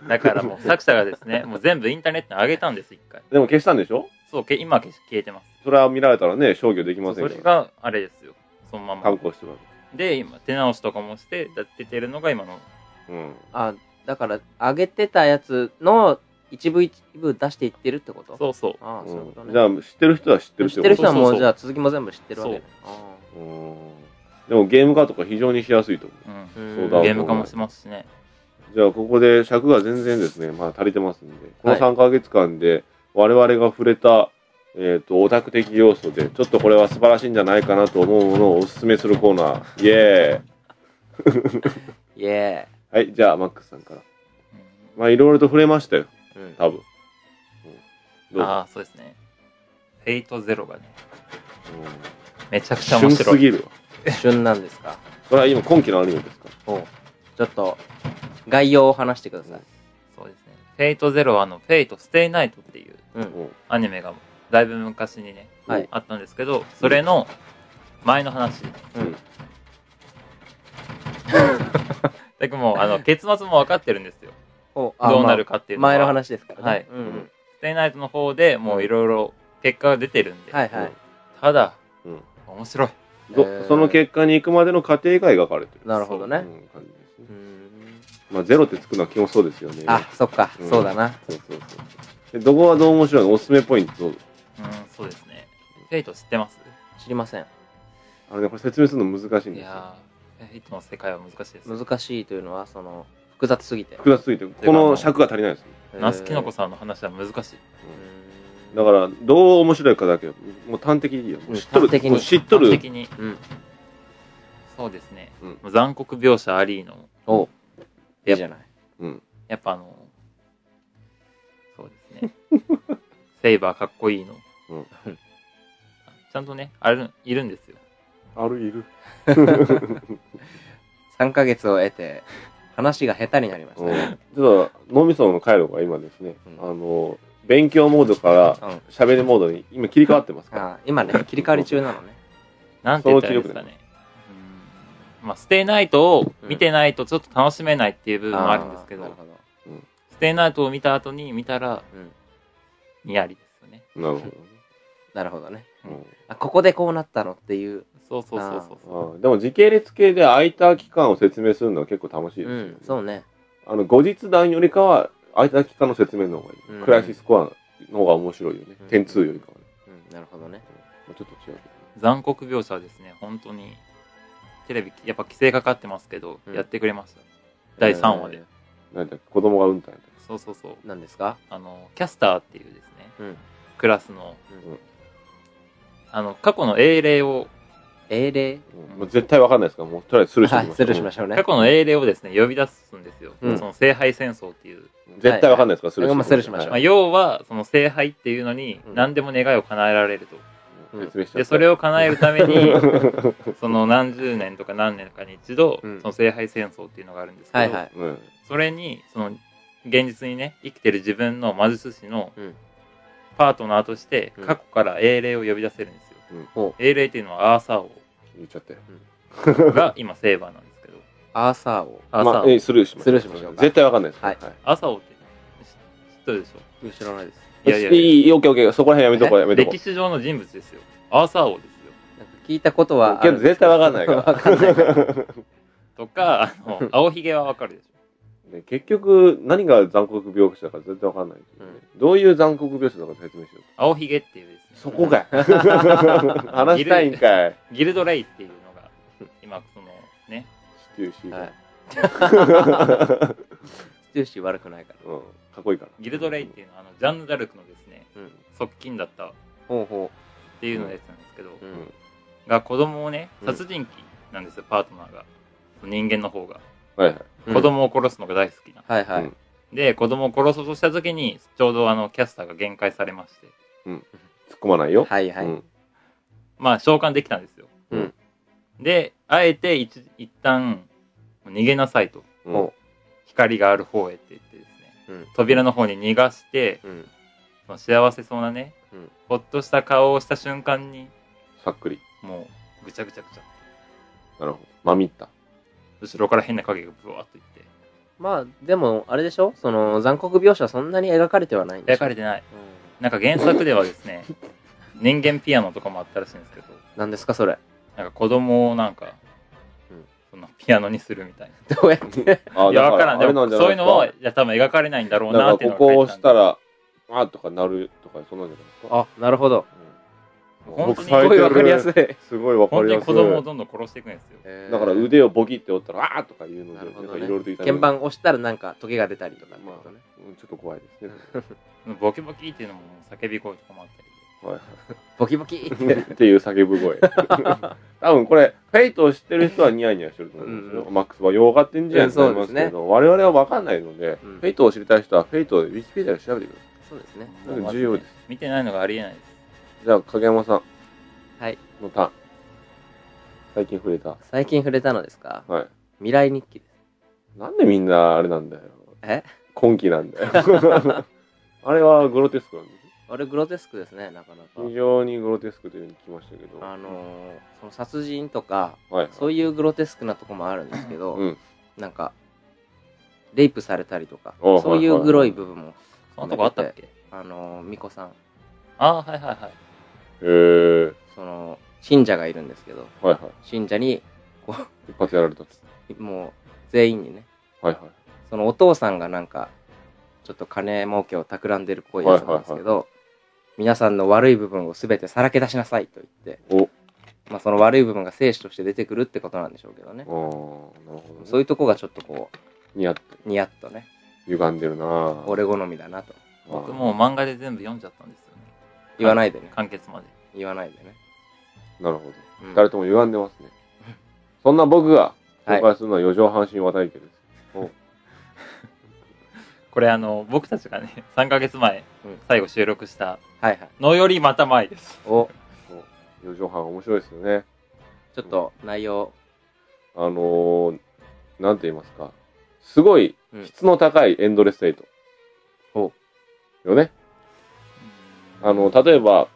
C: だからもう作者がですねもう全部インターネットに上げたんです一回
A: でも消したんでしょ
C: そうけ今消し消えてます
A: それは見られたらね商業できませ
C: そ
A: ん
C: れ
A: から
C: があれですよそのまま
A: 観光してます
C: で今手直しとかもしてだ出てるのが今の
A: うん
B: あだから、上げてたやつの一部一部出していってるってこと
C: そうそう
B: ああ、そういうこと
A: うん
B: ね。
A: じゃあ知ってる人は知ってる
B: 知ってる人はも
C: そうそうそうう
B: じゃあ続きも全部知ってるわけね。
A: うーんでもゲーム化とか非常にしやすいと思う。
C: うん
B: うん
A: そうだ
C: ゲーム化もしてますしね
A: じゃあここで尺が全然ですね、まあ足りてますんで、この
B: はい
A: 3ヶ月間で我々が触れた、えっ、と、オタク的要素で、ちょっとこれは素晴らしいんじゃないかなと思うものをおすすめするコーナー。イエーイ
B: イエ
A: はい、じゃあマックスさんから。
C: うん
A: まあいろいろと触れましたよ、
B: ーイ。うん
A: 多分。うん、どうぞ
C: ああそうですねフェイトゼロがね
A: うん
C: めちゃくちゃ面
A: 旬
C: 白
A: す
C: い。
A: ぎるわ。
B: 旬なんですか
A: それは今今期のアニメですか
B: ちょっと、概要を話してください。
C: そうですね。フェイトゼロはあの、フェイトステイナイトっていう
B: う。
A: うんん。
C: アニメがだいぶ昔にね、
B: はい
C: あったんですけど、それの前の話。
A: うん。
C: だけどもう、あの、結末も分かってるんですよ。
B: おあ
C: どうなるかっていうのは
B: 前の話ですからね。
C: はい
B: うんうん
C: ステイナイトの方でもういろいろ結果が出てるんで、
B: はいはい。
C: ただ、
A: うん
C: 面白い。
A: ど
B: えー
A: その結果に行くまでの過程が描かれてる。
B: なるほど
A: う
B: ね。
A: ん、感じですね
B: う。ん
A: まあゼロってつくのは基本そうですよね。
B: あ、そっか
A: う。ん
B: そうだな。
A: そうそうそう。で、どこがどう面白いのおすすめポイント。
C: うん、そうですね。フェイト知ってます
B: 知りません。
A: あれね、これ説明するの難しいん
C: い
A: ですよ。
C: やー、フェイトの世界は難しいです。
B: 難しいというのは、その、複雑すぎて。
A: 複雑すぎて、この尺が足りないですね。
C: ナスキノコ
B: さ
C: さんの話は難しい。
B: ん
A: だから、どう面白いかだけ、もう端的にいいよ。もう知っと
B: 端的
A: る。
B: に
A: もう知っとる。
C: 的に、
B: うん。
C: そうですね。
A: うん
C: もう残酷描写ありの、
B: おい
C: や
B: い
C: っ
B: じゃない。
A: うん。
C: やっぱあの、そうですね。セイバーかっこいいの。
A: うん
B: うん
C: ちゃんとね、あれ、いるんですよ。
A: あるいる。
B: 3ヶ月を得て、話が下手になりました
A: う
B: ね。
A: ん。ちょっと、脳みその回路が今ですね、
B: うん
A: あの、勉強モードから
B: うん。
A: 喋りモードに今切り替わってますから。
B: あ今ね、切り替わり中なのね。
C: なんて言ったらいいですかね。うんまあ、ステイナイトを見てないとちょっと楽しめないっていう部分もあるんですけど、
B: なるほど。
C: ステイナイトを見た後に見たら、
B: うん
C: にやりですよね。
A: なるほ
B: なるほどね。
A: どね。
B: あ、ここでこうなったのっていう。
C: そうそうそうそう
A: う
C: そ
A: んあーでも時系列系で空いた期間を説明するのは結構楽しいです
B: う
A: よね
B: ん、そうね。
A: あの後日談よりかは空いた期間の説明の方がいい、
B: うん
A: クライシスコアの方が面白いよね、
B: うん
A: 点2よりかはね、
B: うん、なるほどね。
A: まあ、ちょっと違う
C: う。残酷描写はですね、本当に、テレビ、やっぱ規制かかってますけど、
B: うん
C: やってくれました。第3話で。
B: え
A: けどなんだっけ子供がうんたんやったっ
C: そうそうそう。
B: ー。何ですか
C: あの、キャスターっていうですね、
B: うん
C: クラスの、
A: うん
C: あの、過去の英霊を、
B: 英霊
A: うんもう絶対わかんないですからもうとりあえずスルーし
B: は
A: て
B: い、スルーし
A: ま
B: ましょうね。
C: 過去の英霊をですね、呼び出すんですよ。
B: うん
C: その聖杯戦争っていう。
A: す絶対わかんないですからスルー
B: はいはい
A: し
B: うん
C: まあ、要は、その聖杯っていうのに
B: うん、
C: 何でも願いを叶えられると。
A: はい説明しちゃった
C: で、それを叶えるために、その何十年とか何年かに一度、
A: うん
C: その聖杯戦争っていうのがあるんですけど、
B: はいはい。
A: うん
C: それに、その、現実にね、生きてる自分の魔術師の
A: うん
C: パートナーとして
A: う、ん
C: 過去から英霊を呼び出せるんですよ。
B: ほ
C: 英霊っていうのはアーサー
A: 言っちゃって
C: 王が今セーバーなんですけど、
B: アーサーを。
C: アー
A: ま
C: サ
A: あ
C: ー
A: えスルーしましょう
B: スルーしましょうか
A: 絶対わかんないです
B: はい
A: はい
C: 王。アーサー王って知知っとるでしょ
B: 知らないです。
C: いやいや
A: いいいいオッケーオッケーそこら辺やめとこうやめとこ
C: 歴史上の人物ですよ。アーサー王ですよ。
B: なんか聞いたことは
A: う
B: ある
A: け
B: ん
A: ど
B: で
A: 絶
B: すけど。
A: 対わかんないか
B: わかんないから
C: とか、あの、青ひげはわかるでし
A: ね結局何が残酷描写だか全然わかんない、どういう残酷描写だか説明しよう
C: ょ。青ひげっていうですね、
A: そこかい 話したいんかい
C: ギルドレイっていうのが、今、その、ね、
A: シチューシーが、
B: はいステューシー悪くないか ら。
A: うん、かっこいいから
C: ギルドレイっていうのは、あの、ジャンヌ・ダルクのですね、
A: うん
C: 側近だったっ
B: ほうほ
C: ていうのやつなんですけど、
B: う。
A: う
B: う
A: ん
B: ん。
C: が子供をね、
A: うん
C: 殺人鬼なんですよ、パートナーが。人間の方が。
A: はいはい
B: うん
C: 子。供を殺すのが大好きな。
B: はいは
A: う
B: い
A: ん。
C: で、子供を殺そうとした時に、ちょうどあの、キャスターが限界されまして、
A: 突っ込まないよ
B: はいは
A: う
B: い。
A: ん
C: まあ、召喚できたんですよ。
B: うん
C: で、あえて一、一旦、逃げなさいと。
A: うん
B: ほ
C: 光がある方へって言ってですね、
B: うん
C: 扉の方に逃がして、
B: う。うん。
C: その幸せそうなね、
B: うん
C: ほっとした顔をした瞬間に、
A: さっくり
C: もう、ぐちゃぐちゃぐちゃ。
A: なるほどまみった
C: 後ろから変な影がブワーっといって。
B: まあ、でも、あれでしょその、残酷描写はそんなに描かれてはないんでしょ
C: 描かれてない。
B: うん
C: なんか原作ではですね、人間ピアノとかもあったらしいんですけど、
B: 何ですか、それ。
C: なんか子供をなんか
A: うん、
C: そのピアノにするみたい な。
B: どうやって。
A: あ
C: いや、わからん。でも、そういうのは、
A: はい
C: や、多分描かれないんだろうな
A: な
C: っ
A: ん
C: ていう
A: か
C: の
A: こ
C: が
A: こを
C: 書
A: 押
C: い
A: して
C: あ
A: た
C: る
A: らあーとかなるとかそんなんじゃないですか
B: あ、なるほど。
A: うん
C: 本当に
A: 僕最
B: す
A: 低
B: ごいわかりやすい。
A: すごいわか
C: 本
A: り
C: 当
A: や
C: に
A: すい
C: 子供をどんどん殺していくんですよ。
A: だから
B: 腕
A: 腕をボキって折ったら、あーとかいうの
B: な
A: で、
B: る
A: な
B: ほ
A: ん
B: ど
A: かい
B: ね
A: ろいろと痛み
B: 鍵盤押したらなんかトゲが出たりとかって
A: ま
B: ことね、
A: あ、うんちょっと怖いですね。
C: ボキボキっていうのも叫び声とかもあったり。
A: はい
B: ボキボキって、
A: っていう叫ぶ声。多分これ、フェイトを知ってる人はニヤニヤしてると思うんです
B: うん
A: よ。マックスは洋画ってんじゃんって思います
B: うん
A: け
B: そ
A: ど、我々は分かんないので、
B: う
A: フ
B: ん
A: ェイトを知りたい人は、フェイトでウィキペディアで調べてくださ
B: そうですね
A: うん重要です。
C: 見てないのがありえないです。
A: い。じゃあ、影山さん
B: はい
A: のターン。最近触れた。
B: 最近触れたのですか
A: はい。
B: 未来日記です
A: なんでみんなあれなんだよ。
B: え
A: 今期なんだ よ。あれはグロテスクなんですよ
B: あれグロテスクですねなかなか
A: 非常にグロテスクというふうに聞きましたけど。
B: あのーその殺人とか
A: はい。
B: そういうグロテスクなとこもあるんですけど、
A: うん
B: なんかレイプされたりとか
A: お
B: そうい
A: はいうはい
B: グロい部分も
C: そんなとこあったっけ
B: あのー巫女さん
C: ああー、はいはいはい。
A: へー。
B: その信者がいるんですけど
A: はいは
B: 信者にこ
A: い。一発やられた。
B: うもう全員にね
A: はいはい。
B: そのお父さんがなんかちょっと金儲けを企んでるっぽいやつなんですけど、皆さんの悪い部分を全てさらけ出しなさいと言って
A: お
B: まあ、その悪い部分が生死として出てくるってことなんでしょうけどね
A: ああ、なるほど、ね。
B: そういうとこがちょっとこ
A: 似合ってる
B: うニヤッとね
A: 歪んでるなぁ
B: 俺好みだなと
C: 僕もう漫画で全部読んじゃったんですよね。
B: 言わないでね
C: 完結まで。
B: 言わないでね、
A: なるほど。
B: うん
A: 誰とも歪んでますね。そんな僕が紹介するのは四畳半身和太鼓です。
C: これあの、僕たちがね、3ヶ 月前、
B: うん
C: 最後収録した
B: はいはい
C: のよりまた前です。
B: お
A: 四畳半面白いですよね。
B: ちょっと内容
A: あのー、なんて言いますか。すごい
B: うん
A: 質の高いエンドレスエイト。
B: ほ
A: よね。あの、例えば、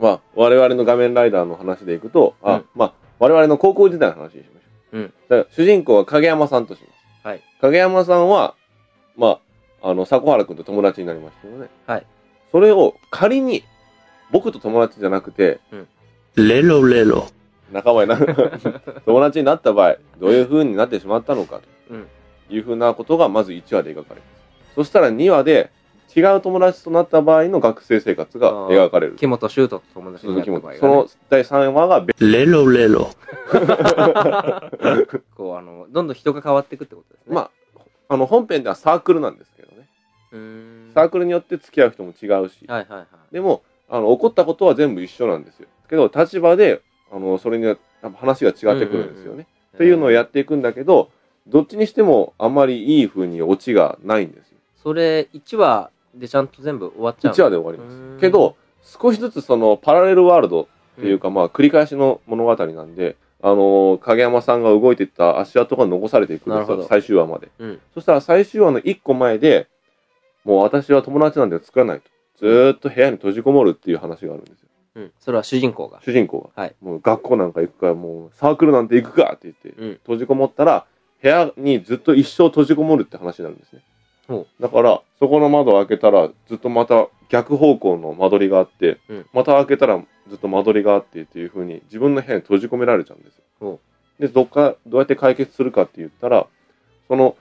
A: まあ、我々の画面ライダーの話でいくと、あ、
B: うん
A: まあ、我々の高校時代の話にしましょう。
B: うん
A: だから主人公は影山さんとします。
B: はい。
A: 影山さんは、まあ、あの、迫原くんと友達になりましたよね。
B: はい。
A: それを仮に、僕と友達じゃなくて、
D: レロレロ。
A: 仲間になる、 友達になった場合、どういう風になってしまったのか、
B: うん
A: という風なことがまず1話で描かれます。そしたら2話で、違う友達となった場合の学生生活が描かれる。
B: 木本修斗と友達にな
A: 鈴
B: っ
A: 木も
B: た場合が、ね、
A: その第3話がベ
D: レロレロ。
B: こうあのどんどん人が変わっていくってことですね
A: まあ、あの本編ではサークルなんですけどね。
B: うーん
A: サークルによって付き合う人も違うし、
B: はいはいはい。
A: でもあの怒ったことは全部一緒なんですよけど立場であのそれによってやっぱ話が違ってくるんですよね、
B: うんうんうん
A: っていうのをやっていくんだけどどっちにしてもあんまりいい風にオチがないんですよ
B: それ、1話でちゃんと全部終わっちゃう
A: 1話で終わりますけ、ど少しずつそのパラレルワールド
B: っ
A: っていう、か、まあ繰り返しの物語なんで、あのー影山さんが動いていった足跡が残されていくん
B: な
A: で
B: る
A: す
B: ほど
A: よ最終話まで
B: うん。
A: そしたら最終話の1個前でもう私は友達なんて作らないとずーっと部屋に閉じこもるっていう話があるんですよ
B: うん。それは主人公が。
A: 主人公が、
B: はい
A: もう学校なんか行くかもうサークルなんて行くかって言って、
B: うん
A: 閉じこもったら部屋にずっと一生閉じこもるって話になるんですね
B: ほ
A: だからそこの窓を開けたらずっとまた逆方向の間取りがあって、
B: うん
A: また開けたらずっと間取りがあってっていう風に自分の部屋に閉じ込められちゃうんですよ
B: ほ
A: でどっかどうやって解決するかって言ったらその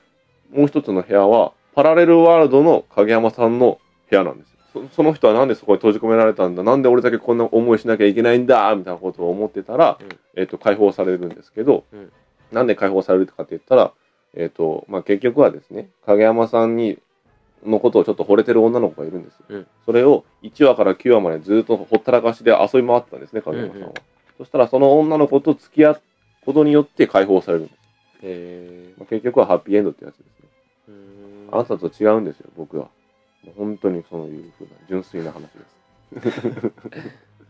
A: もう一つの部屋はパラレルワールドの影山さんの部屋なんですよそその人はなんでそこに閉じ込められたんだなんで俺だけこんな思いしなきゃいけないんだみたいなことを思ってたら、
B: うん
A: えっと解放されるんですけど、
B: うん
A: なんで解放されるかって言ったら、えっとまあ、結局はですね影山さんにのことをちょっと惚れてる女の子がいるんですよ、
B: うん
A: それを1話から9話までずっとほったらかしで遊び回ってたんですね影山さんは、
B: うんうん
A: そしたらその女の子と付き合うことによって解放されるんです、
B: へ
A: まあ、結局はハッピーエンドってやつですね
B: ーうーん
A: あなたと違うんですよ、僕は。もう本当にそういうふうな純粋な話です。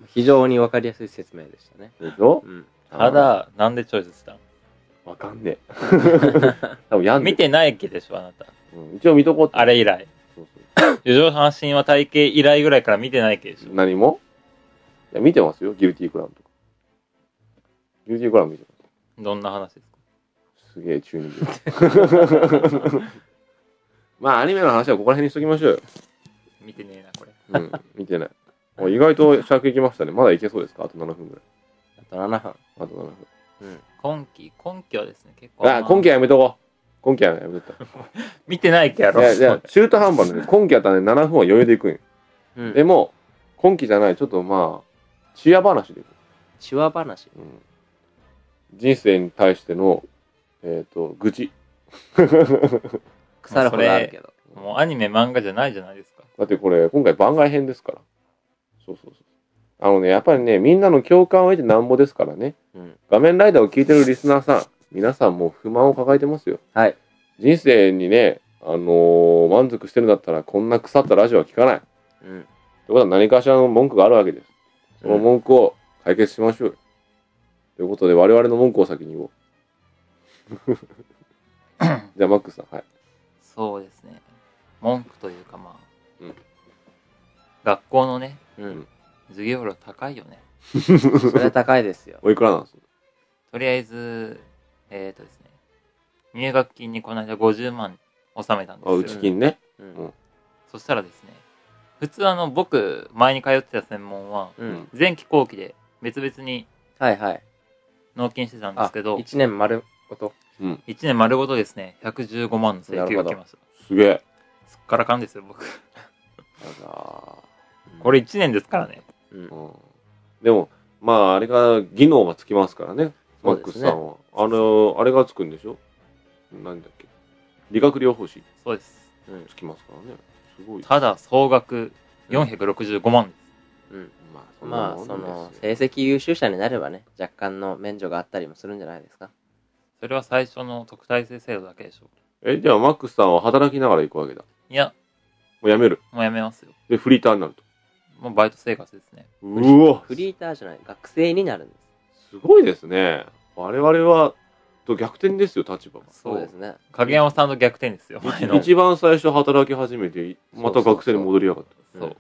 B: 非常にわかりやすい説明でしたね。
A: でしょ
B: うん。
C: た、だ、なんでチョイスした
A: わかんね え。多分や
C: の
A: んね
C: 見てないけでしょ、あなた。
A: えうん一応見とこうって。
C: あれ以来。
A: そうそう
C: 四畳半神話体系以来ぐらいから見てないけでしょ。
A: 何もいや、見てますよ、ギルティークラウンとか。ギルティークラウン見てま
C: どんな話ですか
A: す。すげえ中二病。 まあ、アニメの話はここら辺にしときましょうよ。
C: 見てねえな、これ。
A: うん、見てない。お意外と尺いきましたね。まだいけそうですかあと7分ぐらい。
B: あと7分。
A: あと7分。
C: 今期、今期はですね、結構。
A: あ、今期はやめとこう。今期はやめとった。
C: 見てないけやろ。
A: いやいや、中途半端で、ね、今期やったらね、7分は余裕でいくんよ。
B: うん。
A: でも、今期じゃない、ちょっとまあ、チア話でいく。
B: チワ話。
A: うん、人生に対しての、えっ、と、愚痴。
B: 腐るほどあるけど。
C: もうアニメ漫画じゃないじゃないですか。
A: だってこれ、今回番外編ですから。そうそうそう。あのね、やっぱりね、みんなの共感を得てなんぼですからね。
B: うん。
A: 画面ライダーを聞いてるリスナーさん、皆さんもう不満を抱えてますよ。
B: はい。
A: 人生にね、あのー満足してるんだったら、こんな腐ったラジオは聞かない。
B: うん。
A: ということは何かしらの文句があるわけです。その文句を解決しましょうよ。ということで、我々の文句を先に言 おう。じゃあ、マックスさん、はい。
C: そうですね。文句というかまあ。
A: うん
C: 学校のね、
B: うん。
C: 授業料高いよね。
B: それは高いですよ。
A: おいくらなんですか
C: とりあえず、えっ、とですね、入学金にこの間50万納めたんです
A: あ、
C: よ。
A: うち金ね。
B: う
A: うん
B: ん。
C: そしたらですね、普通あの、僕、前に通ってた専門は、
B: うん。
C: 前期後期で別々に
B: はいはい。
C: 納金してたんで
B: あ
C: す、けど、
B: 1年丸ごと。
C: 1年丸ごとですね、115万の請求が来ました。
A: すげえ。
C: すっからかんですよ、僕。
A: あら
C: これ1年ですからね。
B: うん
A: ー、うん。でも、まあ、あれが、技能がつきますからね、マ
B: そう
A: ッ
B: で
A: ク
B: す
A: ス
B: ね
A: さんは。あの、あれがつくんでしょなんだっけ。理学療法士
C: そうです。
B: うん。
A: つきますからね。すごい。
C: ただ、総額465万です。
B: うん。
A: まあ、そんな
B: まあ、
A: もん
B: その、
A: ですよ
B: 成績優秀者になればね、若干の免除があったりもするんじゃないですか。
C: それは最初の特待生制度だけでしょう。
A: え、じゃあ、マックスさんは働きながら行くわけだ。
C: いや、
A: もうやめる。
C: もうやめますよ。
A: で、フリーターになると。
C: もうバイト生活ですね。
A: うわ
B: フリーターじゃない、学生になるんです。
A: すごいですね。我々は、と逆転ですよ、立場が。
B: そうですね。
C: 影山さんと逆転ですよ、前の。
A: 一番最初働き始めて、また学生に戻りやがった。
B: そ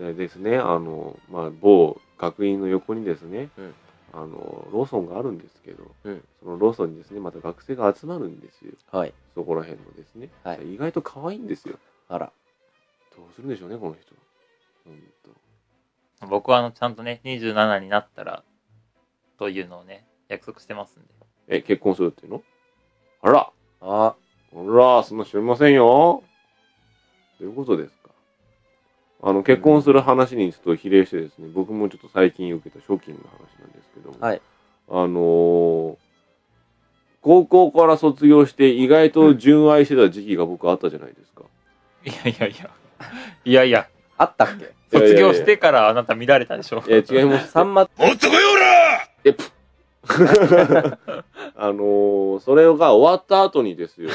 B: う。
A: でですね、あの、まあ、某学院の横にですね、
B: うん
A: あの、ローソンがあるんですけど、
B: うん
A: そのローソンにですね、また学生が集まるんですよ。
B: はい。
A: そこら辺のですね。
B: はい
A: 意外と可愛いんですよ。
B: あら。
A: どうするんでしょうね、この人。ほんと
C: 僕はあの、ちゃんとね、27になったら、というのをね、約束してますんで。
A: え、結婚するっていうのあら
B: あ
A: ほら、そんな知りませんよ。ということですか。あの、結婚する話にちょっと比例してですね、僕もちょっと最近受けたショッキングな話なんですけども、
B: はい
A: あのー高校 から卒業して意外と純愛してた時期が僕あったじゃないですか。
C: いやいやいや。いやいや、
B: あったっけ
A: いやいや
C: 卒
A: いや
C: 業してからあなた見られたでしょ。
A: え違います。
B: さんま、
A: あのーそれが終わった後にですよ。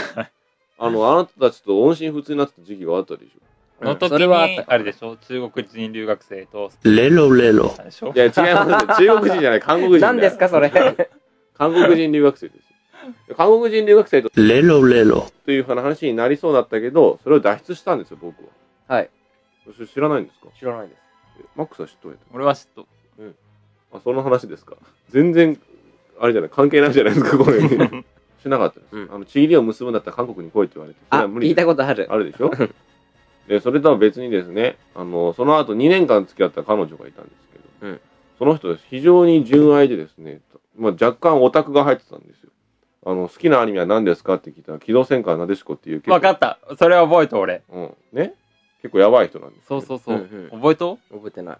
A: あの、あなたたちと音信不通になってた時期があったでし
C: の時
B: それ
C: に、
B: はあったかも
C: あれでしょ中国人留学生と、
D: lelo lelo,
C: でしょ
A: ょ。いや、違います。中国人じゃない、韓国人だよ
B: 何ですかそれ。
A: 韓国人留学生ですよ。韓国人留学生と
D: lelo lelo,
A: という話になりそうだったけど、それを脱出したんですよ、僕は。
B: はい。
A: それ知らないんですか
B: 知らないです。
A: えマックスは知っとんや
C: 俺はちょっと、
A: あ、その話ですか。全然、あれじゃない、関係ないじゃないですか、こ れ。しなかったです。
B: うん
A: あの、ちぎりを結ぶんだったら韓国に来いって言われて。それ
B: あ、
A: は無理
B: 聞いたことある。
A: ある でしょで、それとは別にですね、あの、その後2年間付き合った彼女がいたんですけど、
B: うん
A: その人です。非常に純愛でですね、まあ、若干オタクが入ってたんですよ。あの、好きなアニメは何ですかって聞いたら、機動戦艦なでしこっていう結構
C: わかった。それは覚えた俺。
A: うん。ね結構やばい人なんですけ
C: そ
A: ど
C: うそうそう。
B: うんうん
C: 覚えと
B: 覚えてない。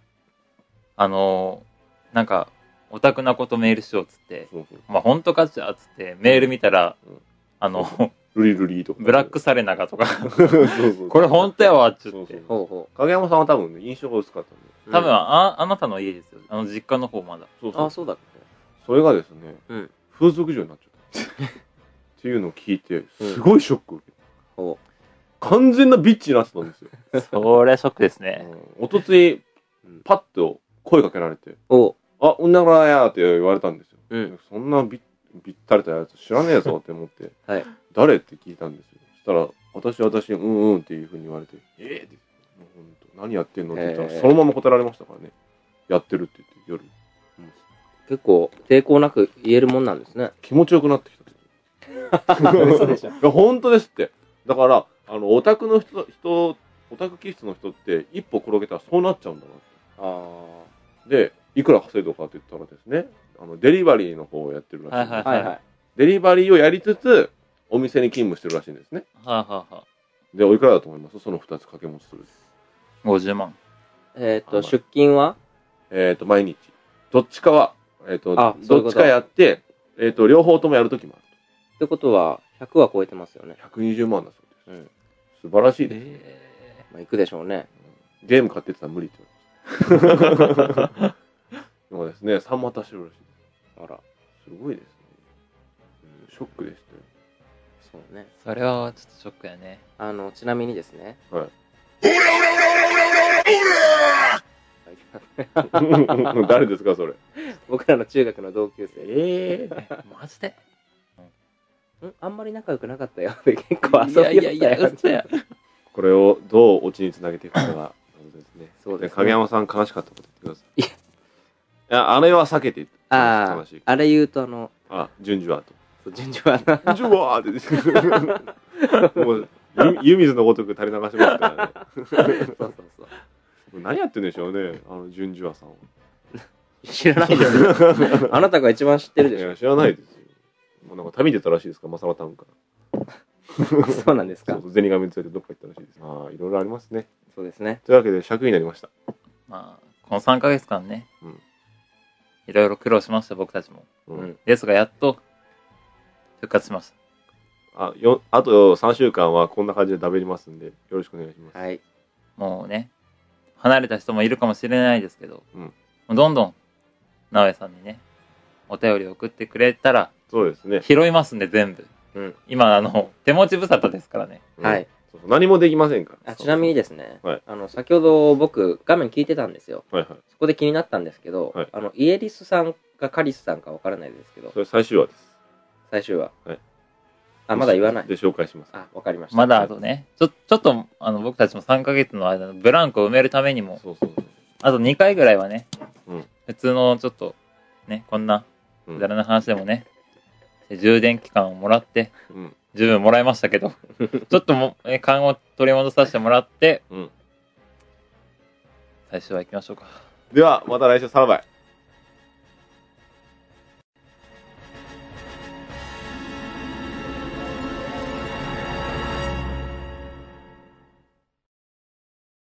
C: あのーなんか、オタクなことメールしようっつって、
A: そうそう。
C: まあ、本当かっちゃっつって、メール見たら、
A: うん
C: あの、
A: ルリルリとか。
C: ブラックサレナがとか、
A: そうそう。
C: これ本当やわっつ
A: そう
C: っ
A: そ
C: て
A: う。
B: ほうほ
A: 影山さんは多分ね、印象が薄かったんで。
B: う。
C: 多分
B: うん
C: あ、あなたの家ですよ。あの、実家の方まだ。
A: そうそう
B: あ、。そうだっけ
A: それがですね、
B: うん
A: 風俗嬢になっちゃった。 っていうのを聞いて、
B: うん
A: すごいショックを受けた。
B: ほ
A: 完全なビッチになってたんですよ。
C: それショックですね。
A: おとつい
B: うん、
A: パッと声かけられて、
B: う。おう。
A: あ、女がやーって言われたんですよ。
B: うん
A: そんなビッビッタれたやつ知らねえぞって思って、
B: はい
A: 誰って聞いたんですよ。そしたら、私、私、うんうんっていうふうに言われて、ええって、もう本当何やってんのって言ったら、
B: へえ
A: そのまま答えられましたからね。やってるって言って、夜、
B: 結構、抵抗なく言えるもんなんですね。
A: 気持ちよくなってきた。
B: 嘘でしょ
A: いや本当ですって。だから、あの、オタクの人、人、オタク気質の人って、一歩転げたらそうなっちゃうんだなって。
B: あ
A: で、いくら稼いだかって言ったらですね、あのデリバリーの方をやってるらしいんです、
C: はい
B: はいはい。
A: デリバリーをやりつつ、お店に勤務してるらしいんですね。
C: はあ、はあは
A: で、おいくらだと思いますその2つ掛け持ちする。
C: あ、50万。
B: えっ
A: あ
B: と、
A: まあ
B: 出勤は
A: えっ、と、毎日。どっちかは、えっ、
B: あ
A: と、
B: そうい
A: ど
B: うこ
A: っ
B: と
A: ちかやって、えっ、と、両方ともやるときもあ
B: ってことは、100は超えてますよね。
A: ると。120万だそうです。
B: うん。
A: 素晴らしいです。
B: まあ、行くでしょうね。
A: ゲーム買ってってたら無理って言われま した。でもですね、三股してるらしい
B: あら、
A: です。すごいですね。うんショックでしたよ。
B: そうね。
C: それはちょっとショックやね。
B: あの、ちなみにですね。
A: はい
B: はい。
A: 誰ですか、それ。
B: 僕らの中学の同級生。
A: ええ
C: マジで
B: んあんまり仲良くなかったよって結構遊びよったよ。
C: いやいやいや嘘や
A: これをどうオチにつなげていくかが、そうですね。
B: そうですね
A: 影山さん悲しかったこと言ってください。いや、あれは避けて。
B: あ
A: 悲しい
B: あ、あれ言うとあの、
A: あ、順次はと。
B: そう順序はな。
A: 順次はって。もう、湯湯水のごとく垂れ流しますからね。
B: そうそうそう。
A: 何やってんでしょうね、あの、順次はさんは。
B: 知らないですよ。あなたが一番知ってるで
A: い
B: しょ。
A: や、知らないですよ。もうなんか旅出たらしいですか、マサラタウンから。
B: そうなんです
A: そ
B: か
A: う。そう、ゼニガメに連れてどっか行ったらしいです。ああ、いろいろありますね。
B: そうですね。
A: というわけで、尺になりました。
C: まあ、この3ヶ月間ね、
A: うん
C: いろいろ苦労しました、僕たちも。
A: うん
B: うん
C: ですが、やっと、復活しまし
A: あ、よ、あと3週間はこんな感じで食べりますんで、よろしくお願いします。
B: はい。
C: た。もうね、離れた人もいるかもしれないですけど、
A: うん
C: もうどんどん、直江さんにね、お便り送ってくれたら、
A: そうですね。
C: 拾いますんで、全部。
B: うん
C: 今、あの、手持ち無沙汰ですからね。
A: うん
B: はい。。
A: そうそう何もできませんから。
B: あちなみにですね、
A: はい
B: あの先ほど僕画面聞いてたんですよ
A: はいはい。
B: そこで気になったんですけど、
A: はい
B: あのイエリスさんかカリスさんかわからないですけど
A: それ最終話です。
B: 最終話、
A: はい
B: あまだ言わない
A: で紹介します。
B: あわかりました
C: まだあとね、ちょ、ちょっと、あの、僕たちも3ヶ月の間のブランクを埋めるためにも、
A: そうそうそう。
C: あと2回ぐらいはね、
A: うん
C: 普通のちょっと、ね、こんな、
A: う
C: く
A: ん
C: だらない話でもね、充電期間をもらって、
A: うん
C: 十分もらいました けど、ちょっとも、え、勘を取り戻させてもらって、
A: うん
C: 最初は行きましょうか。
A: では、また来週さらばい。